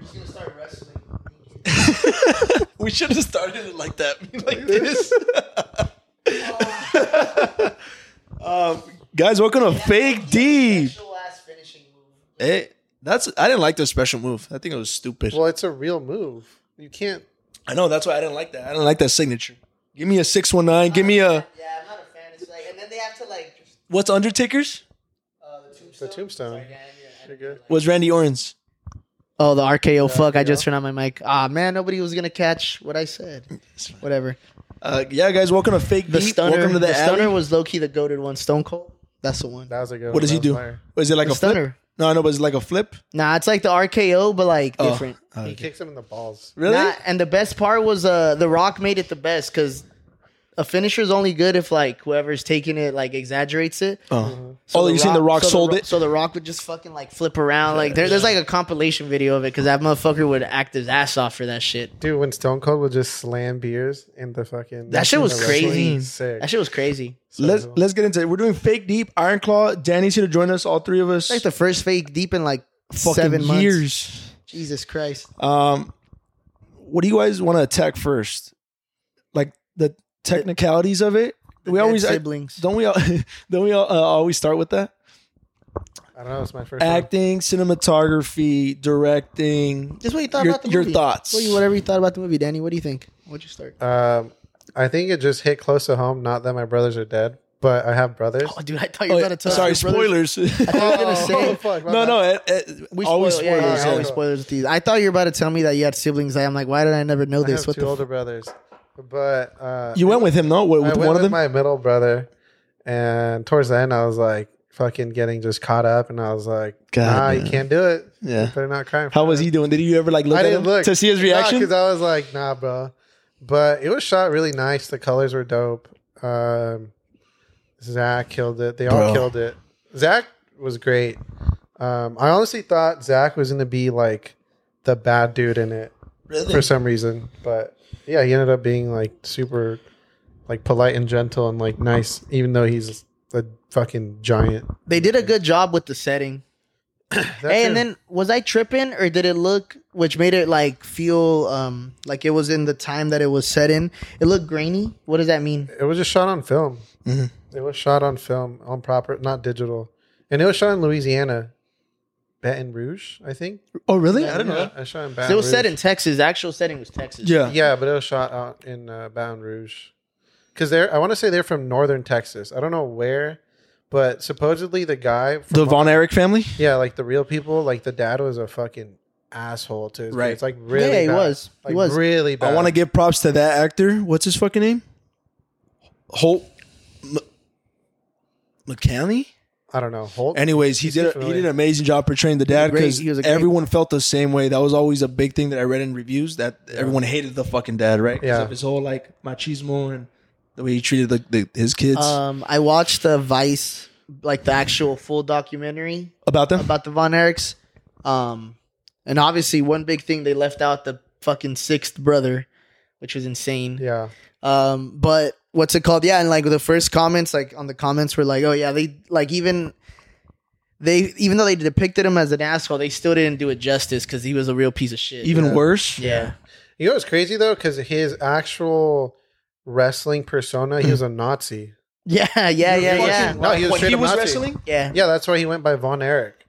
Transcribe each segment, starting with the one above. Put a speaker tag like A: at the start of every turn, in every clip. A: just gonna start wrestling.
B: we should have started it like that, like this. um, guys, welcome to Fake D.
A: Special ass finishing move.
B: Hey, that's I didn't like their special move. I think it was stupid.
C: Well, it's a real move. You can't.
B: I know that's why I didn't like that. I didn't like that signature. Give me a six one nine. Give me a
A: Yeah, I'm not a fan. It's like, and then they have to like just
B: what's Undertaker's?
A: uh, the tombstone.
C: tombstone.
A: Sorry, Dan, yeah, I
C: You're
A: didn't
C: good.
A: like-
B: Was Randy Orton's?
A: Oh, the RKO. fuck! I just
C: RKO.
A: turned on my mic. Ah, man, nobody was gonna catch what I said. Whatever.
B: Uh, yeah, guys, welcome to Fake
A: The
B: Deep.
A: stunner.
B: Welcome to the,
A: the stunner
B: alley.
A: was low key the goaded one. Stone Cold. That's the one.
C: That was a good.
B: What does
C: one.
B: he
C: That
B: do?
C: was fire.
B: Was it like
A: the
B: a flip?
A: stunner.
B: No, I know, but it's like a flip.
A: Nah, it's like the RKO, but like
B: Oh.
A: different.
B: Uh,
C: He kicks him in the balls.
B: really?
A: Nah, and the best part was uh the Rock made it the best because a finisher is only good if like whoever's taking it like exaggerates it.
B: oh,
A: So
B: oh, you seen the Rock
A: so
B: sold
A: Ro-
B: it?
A: So the Rock would just fucking like flip around. Like there, there's like a compilation video of it because that motherfucker would act his ass off for that shit.
C: Dude, when Stone Cold would just slam beers in the fucking.
A: That shit was
C: in the
A: crazy.
C: wrestling, Sick.
A: That shit was crazy.
C: So
B: Let's
C: cool.
B: let's get into it. We're doing Fake Deep. Iron Claw, Danny's here to join us. All three of us.
A: It's like the first fake deep in like
B: fucking
A: seven months.
B: years.
A: Jesus Christ.
B: Um, what do you guys want to attack first? Like the technicalities of it. We
A: Dead
B: always I-
A: siblings.
B: don't we all don't we all, uh, always start with that
C: I don't know. It's my first. one.
B: acting, cinematography, directing.
A: Just what you thought
B: Your-
A: about the
B: your
A: movie.
B: thoughts.
A: What you- whatever you thought about the movie, Danny. What do you think? What'd you start?
C: Um, I think it just hit close to home. Not that my brothers are dead, but I have brothers. Oh,
A: Oh, dude, I thought you
B: Oh,
A: were
B: yeah,
A: about to tell
B: sorry,
A: us your brother's-
B: spoilers.
A: I was gonna say.
C: fuck, my
B: no,
C: bad.
B: no, it, it,
A: We
B: always
A: spoil- yeah, yeah,
B: spoilers.
A: yeah, always
C: yeah.
A: spoilers with these. I thought you were about to tell me that you had siblings. I am like, why did I never know
C: I
A: this?
C: have
A: What
C: two
A: the?
C: older brothers, but uh,
B: You went with him, no? With,
C: I
B: with
C: went
B: one of
C: with
B: them?
C: my middle brother, and towards the end, I was like fucking getting just caught up, and I was like,
B: God,
C: Nah,
B: man.
C: you can't do it.
B: yeah.
C: They're not crying.
B: How
C: for
B: was
C: it.
B: he doing? Did you ever like look
C: I
B: at
C: didn't
B: him
C: look
B: to see his reaction?
C: Because I was like, Nah, bro. But it was shot really nice. The colors were dope. Um, Zach killed it. They
B: Bro.
C: all killed it. Zach was great. Um, I honestly thought Zach was gonna be like the bad dude in it for some reason, but yeah, he ended up being like super, like polite and gentle and like nice, even though he's a fucking giant.
A: They did a good job with the setting.
C: That
A: hey, and
C: dude-
A: then was I tripping or did it look, which made it like feel um like it was in the time that it was set in? It looked grainy. What does that mean?
C: it was just shot on film.
B: Mhm.
C: It was shot on film, on proper, not digital, and it was shot in Louisiana, Baton Rouge, I think.
B: oh, really? I don't
C: Yeah,
B: know.
C: I shot in
A: 'Cause
C: Baton.
A: It was set in
C: Rouge.
A: Texas. The actual setting was Texas.
B: Yeah.
C: Yeah, but it was shot out in uh, Baton Rouge, because they're. I want to say they're from northern Texas. I don't know where, but supposedly the guy from
B: The Von Erich family?
C: Yeah, like the real people, like the dad was a fucking asshole too.
B: Right.
C: It's like really
A: Yeah, he
C: bad.
A: was. He
C: Like
A: was.
C: really bad.
B: I want to give props to that actor. What's his fucking name? Holt M- McCanley?
C: I don't know. Holt
B: Anyways, he
C: He's
B: did a, he
C: familiar.
B: did an amazing job portraying the
A: was
B: dad
A: great.
B: because
A: He was a great-
B: everyone felt the same way. That was always a big thing that I read in reviews that everyone hated the fucking dad, right? 'Cause
C: Yeah.
B: of his whole like machismo and the way he treated the, the, his kids
C: Uh,
A: Um, I watched the Vice, like the actual full documentary
B: about them.
A: about the Von Erichs. Um, and obviously, one big thing they left out the fucking sixth brother, which was insane.
C: Yeah.
A: Um, but what's it called? Yeah, and like the first comments, like on the comments were like, oh yeah, they like even they even though they depicted him as an asshole, they still didn't do it justice because he was a real piece of shit.
B: Even
C: Yeah.
B: worse.
A: yeah,
C: You know what's crazy though? Because his actual wrestling persona, he was a Nazi.
A: yeah, yeah, yeah, yeah, yeah.
C: No, he was
B: when
C: straight
B: he
C: up
B: was
C: Nazi.
B: wrestling,
A: yeah.
C: Yeah, that's why he went by Von Erich.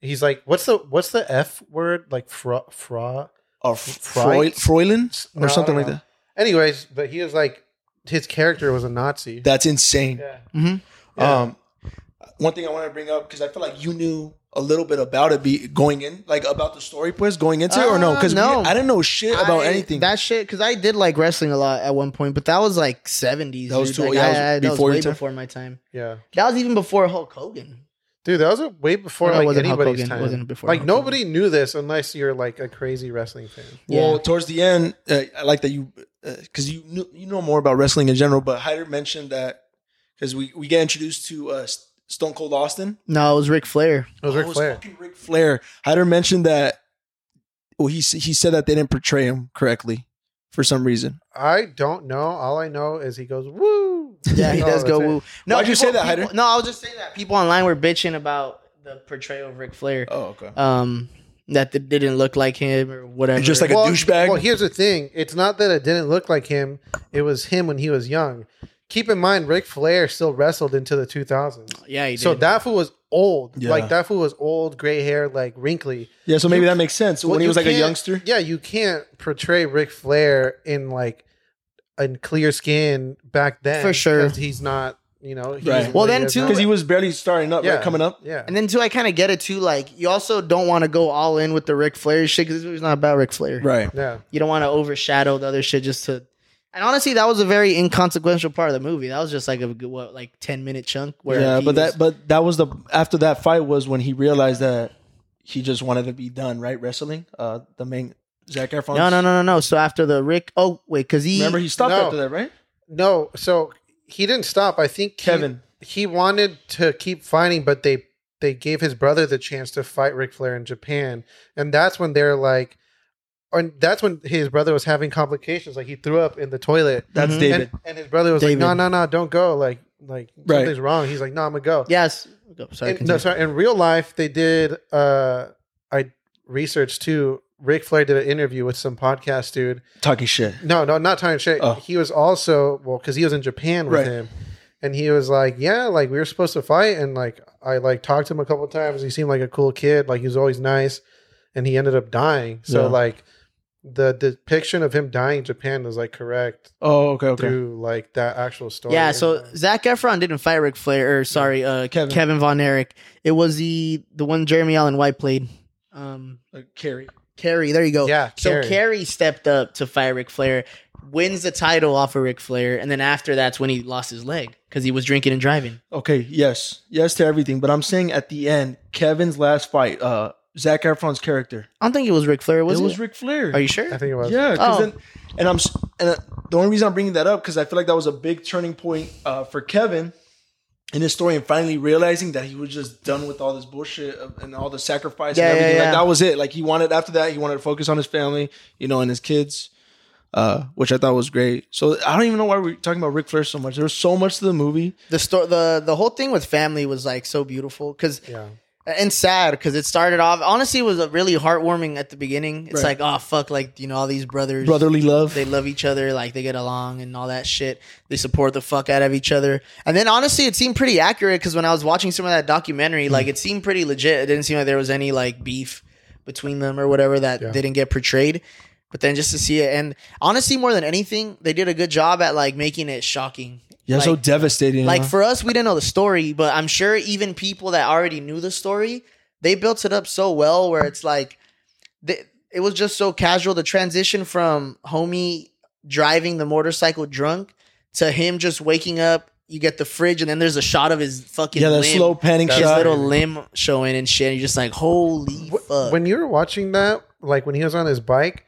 C: He's like, what's the what's the F word? Like fra fra.
B: or Freud,
C: Freud?
B: Froyland or
C: No, I
B: something
C: don't
B: like
C: know.
B: that.
C: Anyways, but he was like, his character was a Nazi.
B: That's insane.
C: yeah.
A: Mhm.
C: Yeah.
B: Um, one thing I want to bring up because I feel like you knew a little bit about it be going in, like about the story, pues going into it or no?
A: Uh,
B: Because
A: no.
B: I didn't know shit about
A: I-
B: anything.
A: That shit, because I did like wrestling a lot at one point, but that was like 70s.
B: That was
A: dude.
B: too-
A: Like,
B: yeah,
A: I-
B: that was
A: I- that was
B: before your
A: way
B: time?
A: before my time.
C: Yeah.
A: That was even before Hulk Hogan.
C: Dude, that was a way before
A: No, it
C: like
A: wasn't Hulk
C: anybody's
A: Hogan. It
C: time.
A: wasn't before
C: like
A: Hulk Hogan.
C: nobody knew this unless you're like a crazy wrestling fan.
B: well,
A: Yeah.
B: towards the end, uh, I like that you because you knew, you know more about wrestling in general. But Hyder mentioned that because we we get introduced to uh, S- Stone Cold Austin.
A: No, it was Ric Flair.
C: It was
B: Oh,
C: Ric Flair.
B: fucking Ric Flair. Hyder mentioned that. Well, he s- he said that they didn't portray him correctly for some reason.
C: I don't know. All I know is he goes woo.
A: Yeah, he
C: Oh,
A: does
C: that's
A: go
C: it.
A: woo. No,
B: Why'd you
A: people-
B: say that,
A: people-
B: Hyder?
A: No, I was just saying that people online were bitching about the portrayal of Ric Flair.
B: Oh, okay.
A: Um, that th- didn't look like him or whatever.
B: Just like a douchebag?
C: Well, here's the thing: it's not that it didn't look like him; it was him when he was young. Keep in mind, Ric Flair still wrestled into the 2000s,
A: yeah, he did.
C: so that fool was old.
B: Yeah.
C: Like that fool was old, gray hair, like wrinkly.
B: Yeah, so maybe that makes sense.
C: Well,
B: when he
C: you
B: was like a
C: can't-
B: youngster,
C: Yeah, you can't portray Ric Flair in like in clear skin back then
A: For sure.
C: because he's not. You know, he's
B: Right.
C: what
A: Well,
C: he
A: then
C: is
A: too-
C: now.
B: because he was barely starting up,
C: Yeah.
B: right? Coming up.
C: yeah,
A: And then too, I kind of get it too. Like you also don't want to go all in with the Ric Flair shit because this movie's not about Ric Flair.
B: Right.
C: yeah.
A: You don't want to overshadow the other shit just to. And honestly, that was a very inconsequential part of the movie. That was just like a good, what, like ten minute chunk where
B: yeah,
A: he
B: but
A: was-
B: that but that was the after that fight was when he realized that he just wanted to be done, right? Wrestling. Uh the main Zach Efron.
A: no no no no no. So after the Rick, oh wait, because he
B: Remember he stopped
C: No.
B: after that, right?
C: No, so he didn't stop. I think he-
B: Kevin.
A: Mm-hmm.
C: he, wanted to keep fighting, but they they gave his brother the chance to fight Ric Flair in Japan, and that's when they're like, and that's when his brother was having complications. Like he threw up in the toilet,
B: That's
A: Mhm.
B: David.
C: and, and his brother was
A: David.
C: like, "No, no, no, don't go. Like, like
B: Right.
C: something's wrong." He's like, "No, I'm gonna go."
A: yes. Oh, sorry,
C: In,
A: continue.
C: no, sorry. In real life, they did. uh I researched too. Ric Flair did an interview with some podcast dude,
B: Talking shit.
C: no, no, not Tony Shay.
B: Oh.
C: He was also well because he was in Japan with
B: Right.
C: him, and he was like, "Yeah, like we were supposed to fight," and like I like talked to him a couple times. He seemed like a cool kid. Like he was always nice, and he ended up dying. So
B: Yeah.
C: like the depiction of him dying in Japan was like correct
B: Oh, okay, okay.
C: through like that actual story.
A: Yeah, so Zach Efron didn't fight Ric Flair, or sorry, uh,
B: Kevin.
A: Kevin. Von Erich. It was the the one Jeremy Allen White played. Um,
B: Like Carrie.
A: Kerry, there you go.
C: Yeah,
A: So
C: Kerry.
A: Kerry. stepped up to fight Ric Flair, wins the title off of Ric Flair, and then after that's when he lost his leg because he was drinking and driving.
B: Okay, yes. Yes to everything. But I'm saying at the end, Kevin's last fight, uh Zach Efron's character.
A: I don't think it was Ric Flair. Was
B: it
A: it?
B: was Ric Flair.
A: Are you sure?
C: I think it was.
B: Yeah, 'cause
A: Oh.
B: then, and I'm s- and uh, the only reason I'm bringing that up because I feel like that was a big turning point uh, for Kevin in his story and finally realizing that he was just done with all this bullshit of- and all the sacrifice
A: Yeah,
B: and
A: yeah,
B: everything. Like
A: yeah.
B: that was it. Like he wanted after that, he wanted to focus on his family, you know, and his kids, uh, which I thought was great. So I don't even know why we're talking about Ric Flair so much. There was so much to the movie.
A: the sto- the the whole thing with family was like so beautiful because
C: Yeah.
A: and sad because it started off honestly it was a really heartwarming at the beginning. It's like
B: Right.
A: oh fuck, like you know all these brothers,
B: Brotherly love.
A: they love each other, like they get along and all that shit. They support the fuck out of each other. And then honestly, it seemed pretty accurate because when I was watching some of that
B: Hmm.
A: documentary, like it seemed pretty legit. It didn't seem like there was any like beef between them or whatever that
C: Yeah.
A: didn't get portrayed. But then just to see it, and honestly, more than anything, they did a good job at like making it shocking.
B: yeah, so
A: like-
B: devastating.
A: Like
B: huh?
A: for us, we didn't know the story, but I'm sure even people that already knew the story, they built it up so well where it's like, they, it was just so casual. The transition from homie driving the motorcycle drunk to him just waking up. You get the fridge, and then there's a shot of his fucking
B: yeah, that
A: limb,
B: slow panning
A: his
C: That's-
B: shot.
A: little limb showing and shit. And you're just like, holy
C: Wh-
A: fuck!
C: When you were watching that, like when he was on his bike,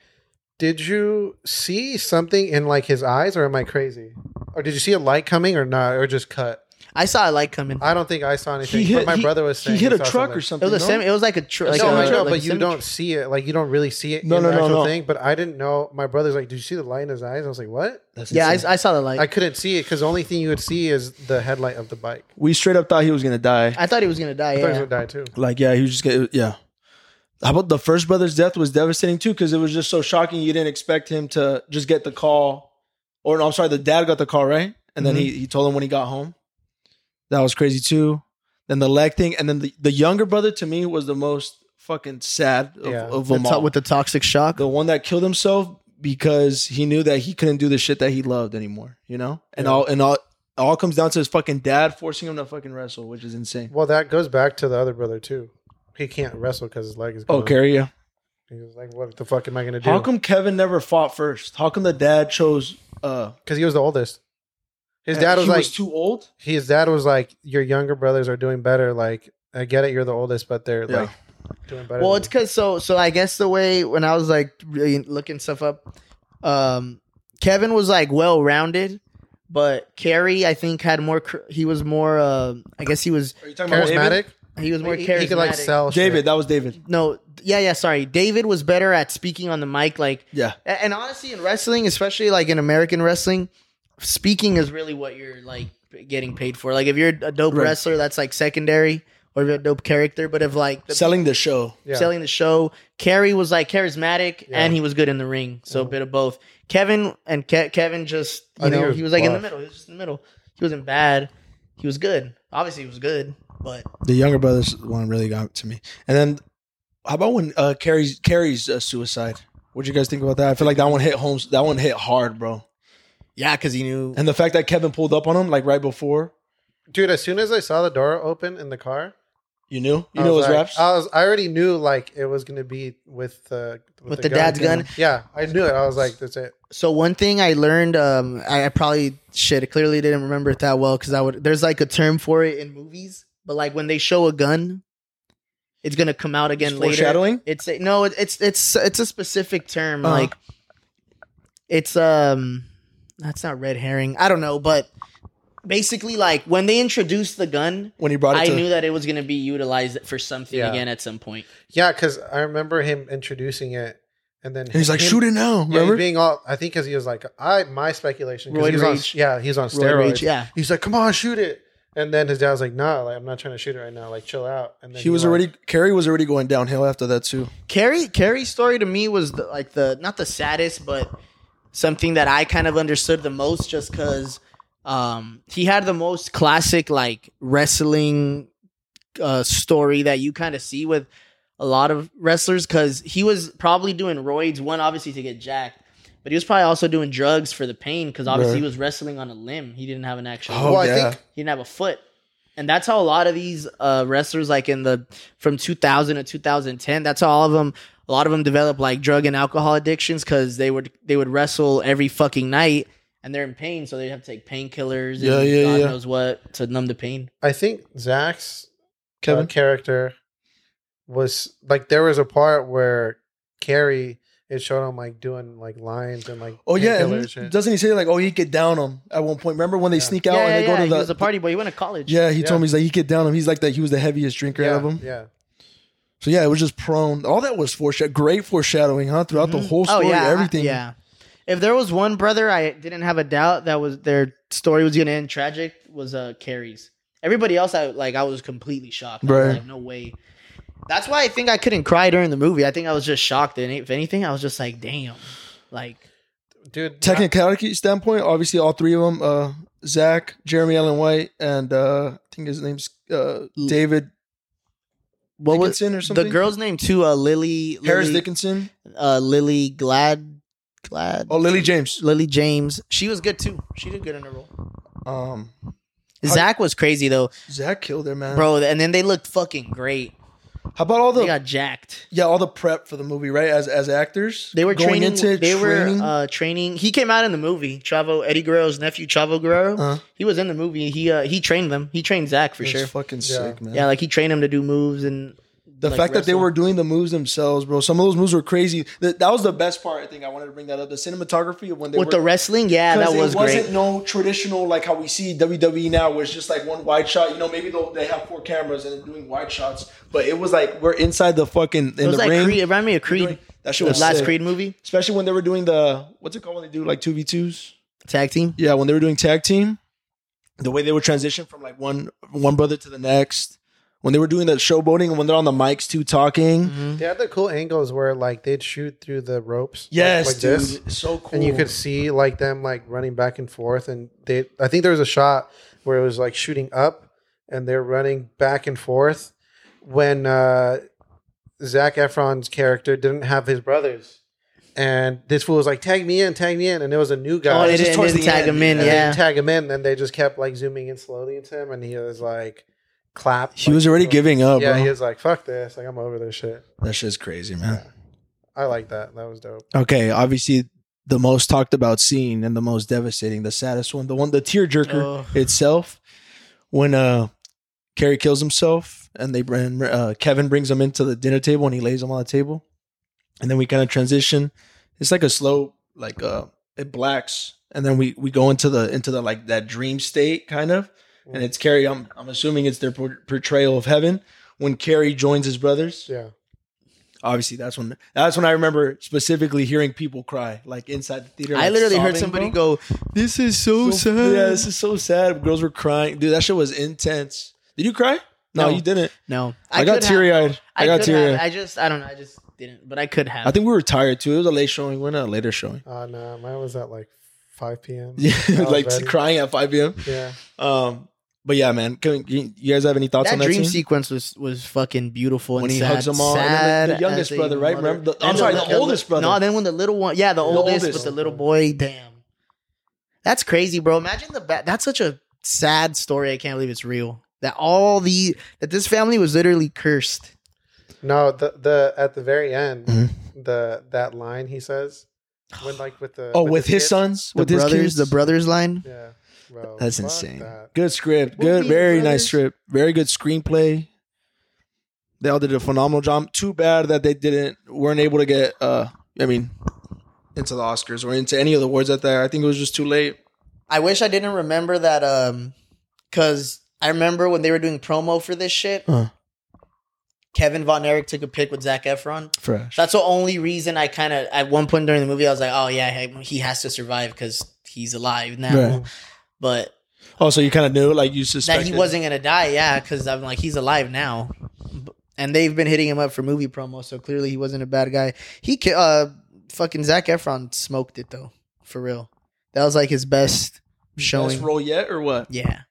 C: did you see something in like his eyes, or am I crazy? Or did you see a light coming, or not, or just cut?
A: I saw a light coming.
C: I don't think I saw anything.
B: he hit,
C: but my
B: he-
C: brother was
B: he
C: saying
B: hit a
C: saw
B: truck or
C: something.
A: it
B: something.
A: was a
B: no?
A: semi. It was like a tr- like
C: no,
A: a,
C: I know,
A: like a
C: but you
A: semi-
C: don't see it. Like you don't really see it.
B: No,
C: in
B: no,
C: the
B: no,
C: actual
B: no.
C: Thing, but I didn't know. My brother's like, "Did you see the light in his eyes?" I was like, "What?"
B: That's
A: Yeah, I,
B: insane.
A: I saw the light.
C: I couldn't see it because the only thing you would see is the headlight of the bike.
B: we straight up thought he was gonna die.
A: I thought he was gonna die.
C: I thought he was
A: yeah.
C: gonna die too.
B: Like, yeah, he was just get, yeah. How about the first brother's death was devastating too because it was just so shocking. You didn't expect him to just get the call, or no, I'm sorry, the dad got the call right, and then he he told him when he got home. That was crazy too. Then the leg thing, and then the, the younger brother to me was the most fucking sad of,
C: Yeah.
B: of
A: The
B: them
A: to-
B: all.
A: with the toxic shock.
B: the one that killed himself because he knew that he couldn't do the shit that he loved anymore. You know, and
C: Yeah.
B: all and all all comes down to his fucking dad forcing him to fucking wrestle, which is insane.
C: Well, that goes back to the other brother too. He can't wrestle because his leg is.
B: Oh,
C: Gone.
B: carry you.
C: He was like, "What the fuck am I gonna do?"
B: How come Kevin never fought first? How come the dad chose? uh
C: because he was the oldest. His dad was
B: he
C: like,
B: too old.
C: his dad was like, your younger brothers are doing better. Like, I get it, you're the oldest, but they're
B: Yeah.
C: like doing better.
A: Well,
C: than
A: it's because so so I guess the way when I was like really looking stuff up, um, Kevin was like well rounded, but Carrie I think had more. cr- He was more. Uh, I guess he was
B: Are you
C: you."
B: talking
C: charismatic.
A: he was more
C: He,
A: charismatic.
C: he could like sell shit.
B: David, that was David.
A: No, yeah, yeah. Sorry, David was better at speaking on the mic. Like,
B: Yeah,
A: a- and honestly, in wrestling, especially like in American wrestling, speaking is really what you're like getting paid for. Like, if you're a dope
B: Right.
A: wrestler, that's like secondary. or if you're a dope character, but if like the,
B: selling the show.
C: Yeah.
A: selling the show, Kerry was like charismatic
C: Yeah.
A: and he was good in the ring, so a bit of both. Kevin and Ke- Kevin just
C: I
A: you
C: think
A: know
C: it was
A: he was like in the
C: bluff.
A: middle. He was just in the middle. He wasn't bad. He was good. Obviously, he was good, but
B: The younger brothers one really got to me. And then how about when uh Carrie's Carrie's uh, suicide? What'd you guys think about that? I feel like that one hit home. That one hit hard, bro.
A: yeah, because he knew.
B: And the fact that Kevin pulled up on him like right before
C: dude. As soon as I saw the door open in the car,
B: you knew, you
C: I
B: know
C: was
B: his
C: like- uh,
B: raps.
C: I was, I already knew like it was gonna be with the
A: With the dad's gun?
C: Yeah, I knew it. I was like, that's it.
A: So one thing I learned, um, I, I probably shit, I clearly didn't remember it that well because I would. There's like a term for it in movies, but like when they show a gun, it's gonna come out again
B: It's
A: later.
B: foreshadowing.
A: It's a, no, it- it's it's it's a specific term.
B: Uh-huh.
A: Like it's um, that's not red herring. I don't know, but basically, like when they introduced the gun,
B: When he brought it
A: I
B: to
A: knew that it was gonna be utilized for something
C: Yeah.
A: again at some point.
C: Yeah, because I remember him introducing it, and then
B: and he's like,
C: him-
B: shoot it now.
C: Yeah,
B: Remember?
C: being all, I think because he was like, I my speculation. 'cause
A: Roid
C: he was on-
A: rage.
C: yeah, he's on
A: Roid
C: steroids.
A: rage, yeah.
C: he's like, come on, shoot it. And then his dad was like, nah, like, I'm not trying to shoot it right now. Like, chill out. And then
B: he was
C: like-
B: already Carrie was already going downhill after that too.
A: Carrie Carrie's story to me was the, like the not the saddest, but something that I kind of understood the most, just because um, he had the most classic like wrestling uh, story that you kind of see with a lot of wrestlers, because he was probably doing roids one obviously to get jacked, but he was probably also doing drugs for the pain because obviously
B: Right.
A: he was wrestling on a limb. He didn't have an actual
B: Oh,
C: Well, I
B: yeah.
C: think
A: he didn't have a foot. And that's how a lot of these uh, wrestlers, like in the from 2000 to 2010, that's how all of them, a lot of them develop like drug and alcohol addictions because they would they would wrestle every fucking night and they're in pain, so they have to take painkillers. and
B: Yeah, yeah,
A: God
B: yeah.
A: knows what to numb the pain.
C: I think Zach's
B: Kevin.
C: uh, character was like there was a part where Carrie it showed him like doing like lines and like
B: Oh yeah,
C: painkiller
B: and
C: shit.
B: doesn't he say like, "Oh, he get down him" at one point? Remember when they
C: Yeah.
B: sneak
A: Yeah,
B: out
A: yeah,
B: and they
A: yeah.
B: go to
A: he
B: the
A: was a party boy. He went to college.
B: Yeah, he
C: Yeah.
B: told me he's like he get down him. He's like that. He was the heaviest drinker out
C: yeah,
B: of them.
C: yeah.
B: So yeah, it was just prone. All that was foreshadowing. Great foreshadowing, huh? Throughout
C: Mm-hmm.
B: the whole
A: Oh
B: story,
A: yeah, I-
B: everything.
A: yeah. If there was one brother I didn't have a doubt that was their story was gonna end tragic was uh Carrie's. Everybody else I like I was completely shocked. I was
B: Right.
A: like, no way. That's why I think I couldn't cry during the movie. I think I was just shocked. And if anything, I was just like, damn. Like
C: Dude,
B: Technicality standpoint, obviously, all three of them: uh, Zach, Jeremy Allen White, and uh, I think his name's uh, David
A: what was
B: Dickinson or
A: the
B: something.
A: girl's name too? Uh Lily
B: Harris
A: Lily,
B: Dickinson.
A: uh Lily Glad Glad
B: Oh, Lily James.
A: Lily James. She was good too. She did good in her role.
B: Um, How-
A: Zach was crazy though.
B: Zach killed her, man.
A: Bro, and then they looked fucking great.
B: how about all
A: They
B: the
A: got jacked.
B: yeah, all the prep for the movie, right? As as actors,
A: They were
B: going
A: training.
B: into
A: they
B: training.
A: were uh, training. He came out in the movie. Chavo Eddie Guerrero's nephew, Chavo Guerrero.
B: Uh-huh.
A: He was in the movie. He uh, he trained them. He trained Zach for
B: That's
A: sure.
B: fucking
C: Yeah.
B: sick, man.
A: Yeah, like he trained him to do moves and
B: The
A: like,
B: fact that they
A: wrestle.
B: were doing the moves themselves, bro. Some of those moves were crazy. That, that was the best part. I think I wanted to bring that up. The cinematography of when they
A: with
B: were,
A: the wrestling. Yeah, that
B: 'cause
A: was
B: it wasn't
A: great.
B: no traditional like how we see WWE now, where it's just like one wide shot. You know, maybe they'll- they have four cameras and they're doing wide shots, but it was like we're inside the fucking in
A: It was
B: the
A: like
B: ring.
A: Creed. It reminded me of Creed.
B: That shit
A: The
B: was
A: last
B: sick.
A: Creed movie
B: especially when they were doing the what's it called when they do like two v twos.
A: tag team.
B: Yeah, when they were doing tag team, the way they would transition from like one one brother to the next. When they were doing that showboating and when they're on the mics too talking.
C: they had the cool angles where like they'd shoot through the ropes. like-
B: Yes,
C: like,
B: dude,
C: this.
B: it's so cool.
C: and you could see like them like running back and forth and they i think there was a shot where it was like shooting up and they're running back and forth when uh zach efron's character didn't have his brothers and this fool was like tag me in tag me in and there was a new
A: Oh,
C: guy
A: they
B: just
A: didn't,
B: towards
A: didn't
B: the
A: tag
B: end,
A: him in.
C: and they
A: Yeah,
C: didn't tag him in and they just kept like zooming in slowly into him and he was like clap
B: he was already giving up,
C: yeah
B: bro.
C: he was like fuck this like i'm over this shit
B: that shit's crazy, man.
C: i like that that was dope
B: Okay, obviously the most talked about scene and the most devastating, the saddest one, the one the tearjerker
A: Oh.
B: itself when uh Carrie kills himself and they bring uh, Kevin brings him into the dinner table and he lays him on the table. And then we kind of transition. It's like a slow like uh it blacks and then we we go into the into the like that dream state kind of and it's Carrie I'm I'm assuming it's their por- portrayal of heaven when Carrie joins his brothers
C: yeah
B: obviously that's when that's when I remember specifically hearing people cry like inside the theater.
A: I
B: like,
A: literally heard
B: sobbing,
A: somebody
B: bro.
A: go, "This is so, sad."
B: Yeah, this is so sad. Girls were crying, dude. That shit was intense. Did you cry? No,
A: No.
B: you didn't.
A: No,
B: I,
A: could
B: got
A: have-
B: teary eyed. I, got
A: could have.
B: teary eyed.
A: I just, I don't know. I just didn't, but I could have.
B: I think we were tired too. It was a late showing. We went on a later showing.
C: Uh, no, mine was at like 5 p.m.
B: Yeah,
C: I was
B: like
C: ready.
B: crying at 5 p.m.
C: Yeah.
B: Um, but yeah, man. Can, you you guys have any thoughts
A: that
B: on that
A: dream
B: scene?
A: sequence was was fucking beautiful.
B: When
A: and
B: he
A: sad,
B: hugs them all, and then
A: sad
B: the- the youngest
A: as a
B: brother, right?
A: mother.
B: Remember the- I'm
A: And
B: sorry, the
A: little-
B: oldest brother.
A: No, then when the little one, yeah, the, oldest,
B: oldest.
A: but the little boy, damn, that's crazy, bro. Imagine the ba- that's such a sad story. I can't believe it's real. That all the that this family was literally cursed.
C: No, the the at the very end,
B: Mhm.
A: Mm-hmm.
C: the that line he says when like with the
B: Oh, with his
C: kids.
B: sons,
A: The
B: with his
A: brothers,
B: kids,
A: the brothers line.
C: Yeah. Bro,
B: That's
C: fuck
B: insane.
C: that.
B: Good script.
A: We'll
B: Good,
A: be
B: very
A: brothers.
B: nice script. Very good screenplay. They all did a phenomenal job. Too bad that they didn't weren't able to get. uh I mean, into the Oscars or into any of the awards at that. I think it was just too late.
A: I wish I didn't remember that um cuz I remember when they were doing promo for this shit.
B: Huh.
A: Kevin Von Erich took a pic with Zach Efron.
B: Fresh.
A: That's the only reason I kind of at one point during the movie I was like, "Oh yeah, he- he has to survive cuz he's alive now."
B: Right.
A: But
B: Oh, so you kind of knew, like you
A: that
B: suspected
A: he wasn't going to die, yeah, cuz I'm like he's alive now. B- And they've been hitting him up for movie promo, so clearly he wasn't a bad guy. He ki- uh fucking Zach Efron smoked it though, for real. That was like his best showing.
B: best role yet, or what?
A: Yeah.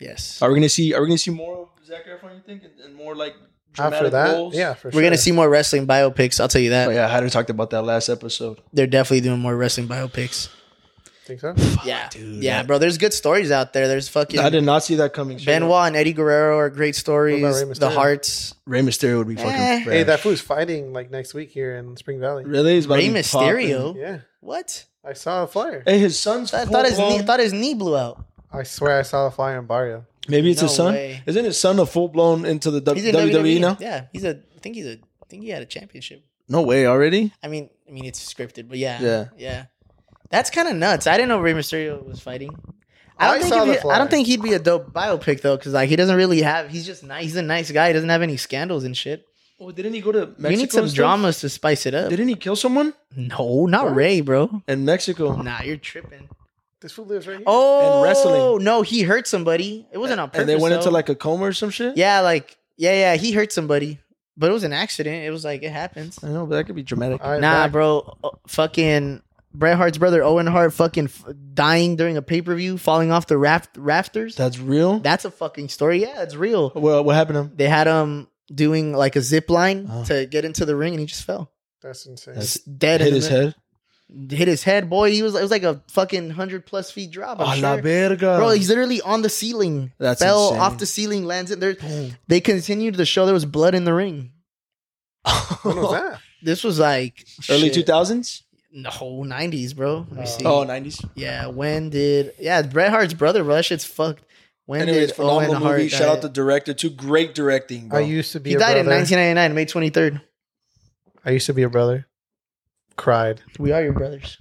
A: Yes.
B: Are we gonna see? Are we gonna see more of Zac Efron? You think, and, and more like dramatic
C: After that,
B: roles?
C: yeah, for
A: We're
C: sure.
A: gonna see more wrestling biopics. I'll tell you that.
B: Oh, yeah, I had talked about that last episode.
A: They're definitely doing more wrestling biopics.
C: Think so?
A: yeah,
B: dude,
A: yeah,
B: that-
A: bro. There's good stories out there. There's fucking
B: I did not see that coming.
A: Benoit and Eddie Guerrero are great stories.
C: What about Rey
A: The
C: Mysterio?
A: Hearts.
B: Rey Mysterio would be fucking.
A: Eh.
C: Hey,
B: fresh.
C: that fool's fighting like next week here in Spring Valley.
B: really is
A: Rey Mysterio.
C: Yeah,
A: What?
C: I saw a flyer.
B: Hey, his son's.
A: I thought his
B: full-blown-
A: knee, thought his knee blew out.
C: I swear I saw a flyer in Barrio.
B: Maybe it's his
A: No
B: son.
A: way.
B: Isn't his son a full blown into the
A: He's in
B: w-
A: E WWE,
B: WWE, now?
A: Yeah, he's a. I think he's a. I think he had a championship.
B: No way already.
A: I mean, I mean, it's scripted, but yeah,
B: Yeah.
A: yeah. That's kind of nuts. I didn't know Rey Mysterio was fighting. I don't
C: I
A: think
C: saw
A: he'd
C: the
A: be, I
C: flyer.
A: don't think he'd be a dope biopic though, because like he doesn't really have. He's just nice. He's a nice guy. He doesn't have any scandals and shit.
B: Oh, didn't he go to Mexico?
A: we need some
B: and stuff?
A: dramas to spice it up.
B: Didn't he kill someone
A: no, not
C: What?
A: Ray, bro.
B: in Mexico?
A: Nah, you're tripping.
C: This fool lives right here.
A: Oh,
B: wrestling.
A: No, he hurt somebody. It wasn't on purpose.
B: And they went into
A: though.
B: like a coma or some shit.
A: yeah, like yeah, yeah. He hurt somebody, but it was an accident. It was like it happens.
B: I know, but that could be dramatic.
C: All right,
A: Nah,
C: back.
A: bro. uh, Fucking Bret Hart's brother Owen Hart fucking f- dying during a pay per view, falling off the raft rafters.
B: That's real.
A: That's a fucking story. Yeah, it's real.
B: well, what happened to him?
A: They had him doing like a zip line
B: Oh.
A: to get into the ring, and he just fell.
C: That's insane.
B: That's-
A: Just dead.
B: Hit
A: in the
B: his
A: middle.
B: head.
A: Hit his head, boy. He was. It was like a fucking hundred plus feet drop. I'm
B: A
A: sure.
B: la verga.
A: Bro, he's literally on the ceiling.
B: That's
A: fell
B: insane.
A: off the ceiling, lands in there. They continued the show. There was blood in the ring.
C: when was that?
A: This was like
B: Early
A: shit,
B: two thousands.
A: the whole nineties, bro. Let me
C: Oh.
A: see.
B: Oh, nineties.
A: Yeah, when did yeah Bret Hart's brother, bro? That shit's fucked. When
B: Anyways,
A: did Owen
B: phenomenal
A: Hart
B: movie. Shout out
A: die?
B: the director. Two great directing. Bro.
C: I used to be
A: he
C: a
A: died in
C: brother.
A: 1999, May 23rd.
C: I used to be a brother. Cried.
A: We are your brothers.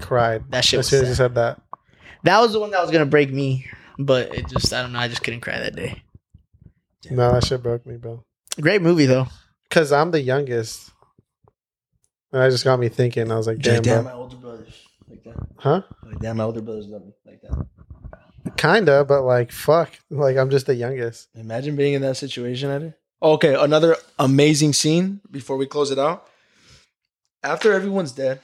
C: Cried.
A: That shit
C: As
A: was
C: soon as
A: sad.
C: you said that.
A: That was the one that was gonna break me, but it just I don't know. I just couldn't cry that day.
C: No, that shit broke me, bro.
A: Great movie though.
C: Because I'm the youngest. And that just got me thinking. I was like,
B: Just damn,
C: damn, bro.
B: my older brothers like that.
C: Huh?
B: Like damn, my older brothers love me like that.
C: Kinda, but like, fuck. Like, I'm just the youngest.
B: Imagine being in that situation, Eddie. Okay, another amazing scene before we close it out. After everyone's dead,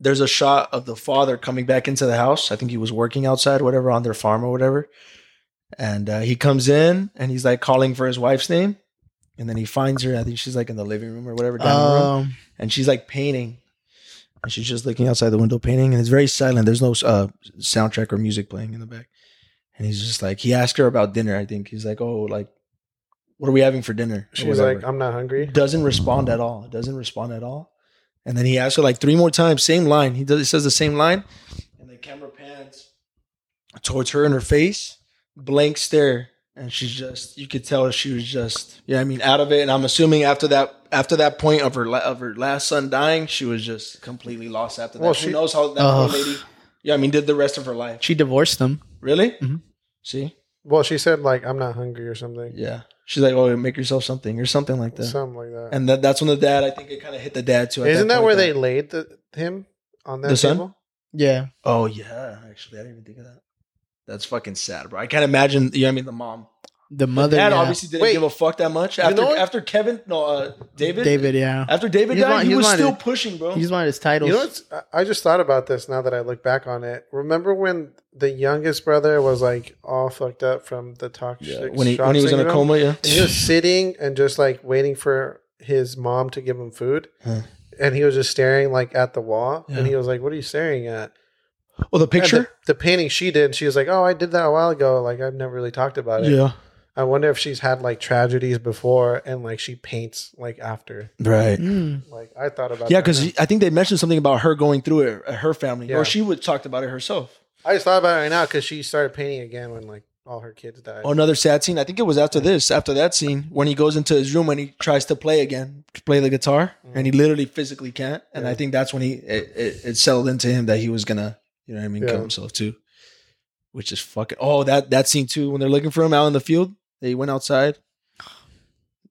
B: there's a shot of the father coming back into the house. I think he was working outside, whatever, on their farm or whatever. And uh, he comes in and he's like calling for his wife's name. And then he finds her. I think she's like in the living room or whatever, dining room
A: Um,
B: and she's like painting and she's just looking outside the window painting and it's very silent there's no uh, soundtrack or music playing in the back and he's just like he asked her about dinner i think he's like oh like what are we having for dinner or
C: She's
B: whatever.
C: like, I'm not hungry.
B: doesn't respond at all doesn't respond at all and then he asks her like three more times same line he does he says the same line and the camera pans towards her in her face blank stare and she's just you could tell she was just yeah i mean out of it and i'm assuming after that after that point of her la- of her last son dying she was just completely lost after that
C: Well,
B: who
C: she-
B: knows how that
A: Ugh.
B: poor lady yeah i mean did the rest of her life
A: she divorced them.
B: really
C: Mm-hmm.
A: Mhm.
B: see
C: Well, she said, like, I'm not hungry or something.
B: yeah she's like oh make yourself something or something like that
C: Something like that.
B: and that, that's when the dad i think it kind of hit the dad too at
C: Isn't that
B: point, uh,
C: where they laid the, him on that
B: The son?
C: table?
A: Yeah,
B: Oh yeah, actually, I didn't even think of that. That's fucking sad, bro. I can't imagine. You know, what I mean, the mom
A: The mother,
B: Dad
A: yeah.
B: obviously didn't
C: Wait.
B: give a fuck that much after
C: know what?
B: after Kevin no uh, David,
A: David, yeah.
B: after David
A: He's
B: died
A: not-
B: he
A: he's
B: was
A: not
B: still
A: a-
B: pushing bro
A: He just wanted his titles.
C: You know, what's, I- I just thought about this now that I look back on it. Remember when the youngest brother was like all fucked up from the toxic
B: Yeah, when he when he was
C: shock
B: in a
C: syndrome?
B: coma yeah
C: And he was sitting and just like waiting for his mom to give him food,
B: Huh.
C: and he was just staring like at the wall.
B: Yeah.
C: And he was like, "What are you staring at?"
B: well the
C: And
B: picture
C: the, the painting she did, she was like, "Oh, I did that a while ago. Like I've never really talked about it.
B: yeah
C: I wonder if she's had like tragedies before, and like she paints like after.
B: right
A: Mm.
C: Like I thought about
B: yeah
C: that
B: because
C: now.
B: I think they mentioned something about her going through it uh, her family
C: Yeah.
B: or she would talked about it herself
C: I just thought about it right now because she started painting again when like all her kids died.
B: another sad scene I think it was after this after that scene when he goes into his room and he tries to play again to play the guitar and he literally physically can't and I think that's when he it, it, it settled into him that he was gonna you know what I mean
C: Yeah.
B: kill himself too which is fucking oh that that scene too when they're looking for him out in the field they went outside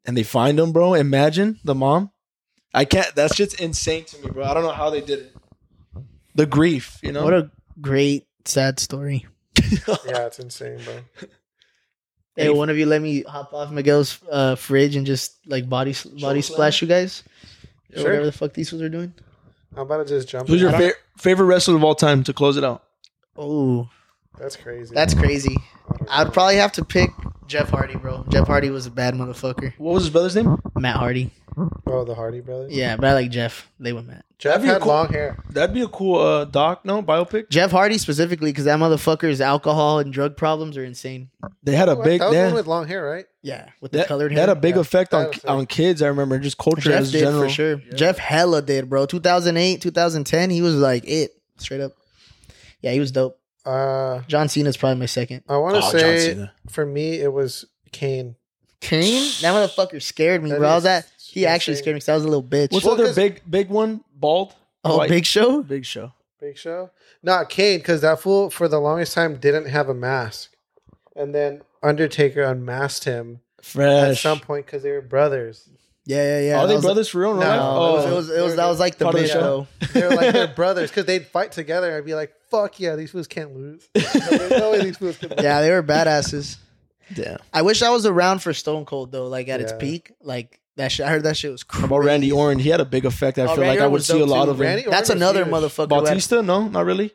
B: and they find him bro imagine the mom I can't that's just insane to me bro I don't know how they did it the grief you know
A: What a great sad story.
C: Yeah, it's insane, bro.
A: Hey, one of you let me hop off Miguel's uh, fridge and just like body body
B: slam.
A: splash you guys. Or
C: Sure.
A: Whatever the fuck these fools are doing.
C: I'm about to just jump.
B: who's
C: in.
B: your fa- favorite wrestler of all time to close it out
A: Oh,
C: That's crazy. Oh,
A: that's crazy.
C: I don't know.
A: I'd probably have to pick Jeff Hardy, bro. Jeff Hardy was a bad motherfucker.
B: what was his brother's name
A: Matt Hardy.
C: oh the Hardy brothers.
A: Yeah, but I like Jeff. They were Matt.
C: Jeff
B: That'd be a
C: had
B: cool-
C: long hair.
B: That'd be a cool uh, doc, no biopic.
A: Jeff Hardy specifically because that motherfucker's alcohol and drug problems are insane.
B: They had a
C: What?
B: big
C: that was
B: they
C: the one
B: had,
C: with long hair, right?
A: Yeah, with the
B: that,
A: colored
B: they
A: hair.
B: had a big
A: Yeah.
B: effect on
C: That was
B: on kids. I remember just culture
A: Jeff
B: as
A: did
B: general.
A: for sure. Jeff hella did, bro. 2008, 2010, he was like it straight up. Yeah, he was dope.
C: Uh,
A: John Cena's probably my second.
C: I want to
B: Oh, John
C: say
B: Cena.
C: for me it was Kane.
A: Kane, that motherfucker scared me,
C: That
A: bro. I was
C: is
A: at, he actually
C: insane.
A: scared me because I was a little bitch.
B: What's
C: Well,
B: the other
C: 'cause-
B: big big one? Bald.
A: oh,
B: White.
A: Big Show?
B: Big Show.
C: Big Show. Not Kane, because that fool for the longest time didn't have a mask, and then Undertaker unmasked him at
B: Fresh.
C: some point because they were brothers.
A: Yeah, yeah, yeah.
B: Are
A: That
B: they
A: was-
B: brothers for real? in real
C: No.
B: life?
A: No, it was, it
B: Oh.
A: was, it was- that was like the
B: Part of
A: big
B: the
A: show.
B: show.
C: They were like they're brothers because they'd fight together. I'd be like, "Fuck yeah, these fools can't lose. There's no way these fools can lose."
A: yeah, they were badasses.
B: Damn.
A: I wish I was around for Stone Cold though, like at its
C: Yeah.
A: peak. Like that shit, I heard that shit was crazy.
B: About Randy Orton, he had a big effect. I
A: Oh,
B: feel
A: Randy
B: like I
A: Orton
B: would
A: was
B: see a
A: dope
B: lot
A: too.
B: of him.
C: Randy
A: That's
C: Orton was
A: another
C: huge.
A: motherfucker. who had-
B: Bautista? No, not really.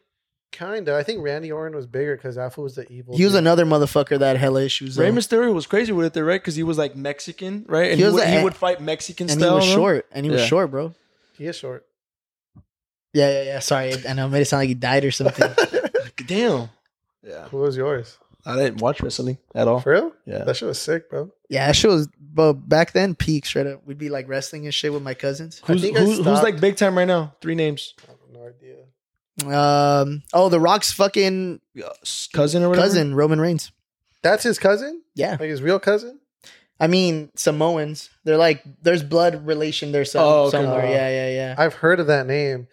C: Kinda. I think Randy Orton was bigger because that fool was the evil.
A: He was
C: dude.
A: another motherfucker that had hella issues. though.
B: Rey Mysterio was crazy with it, there, right? Because he was like Mexican, right? And
A: He
B: he,
A: was
B: would,
A: a-
B: he would fight Mexican
A: and he
B: style.
A: was
B: no?
A: short. And he was
B: Yeah.
A: short, bro.
C: He is short.
A: Yeah, yeah, yeah. Sorry, I know. I made it sound like he died or something.
B: Damn. Yeah.
C: Who was yours?
B: I didn't watch wrestling at all.
C: For real?
B: Yeah.
C: That shit was sick, bro.
A: yeah, that shit was. But back then, peak straight up. We'd be like wrestling and shit with my cousins.
B: Who's,
C: think I
B: who's, who's
C: stopped-
B: like big time right now? Three names.
C: I have no idea.
A: Um. Oh, The Rock's fucking
B: Cousin or whatever.
A: cousin, Roman Reigns.
C: That's his cousin?
A: Yeah,
C: Like his real cousin?
A: I mean Samoans. They're like there's blood relation there some,
B: Oh, okay.
A: somewhere.
C: Oh.
A: yeah, yeah, yeah.
C: I've heard of that name,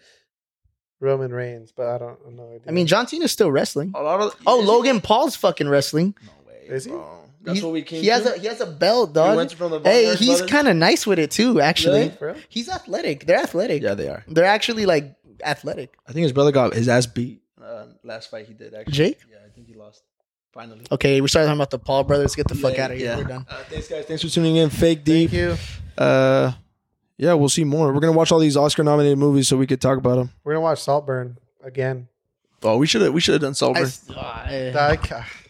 C: Roman Reigns, but I don't I have no idea.
A: I mean John Cena's still wrestling.
B: A lot of
A: Oh, Logan Paul's fucking wrestling.
B: No way.
C: Is he?
B: bro. That's
A: He-
B: what we came.
A: He has
B: to?
A: a he has a belt,
B: We
A: dog.
B: went from the Von
A: Hey,
B: Erich
A: he's
B: brothers?
A: kind of nice with it too. Actually,
B: Really?
C: for real?
A: he's athletic. They're athletic.
B: Yeah, they are.
A: They're actually like athletic.
B: I think his brother got his ass beat uh, last fight he did. Actually,
A: Jake?
B: Yeah, I think he lost. Finally.
A: Okay, we started talking about the Paul brothers. Get the fuck
B: Yeah,
A: out of here.
B: yeah.
A: We're done.
B: Uh, thanks, guys. Thanks for tuning in. Fake
C: Thank
B: deep.
C: you.
B: Uh, yeah, we'll see more. We're gonna watch all these Oscar-nominated movies so we could talk about them.
C: We're gonna watch Saltburn again.
B: Oh, we should have. We should have done Solver.
A: I-
C: That-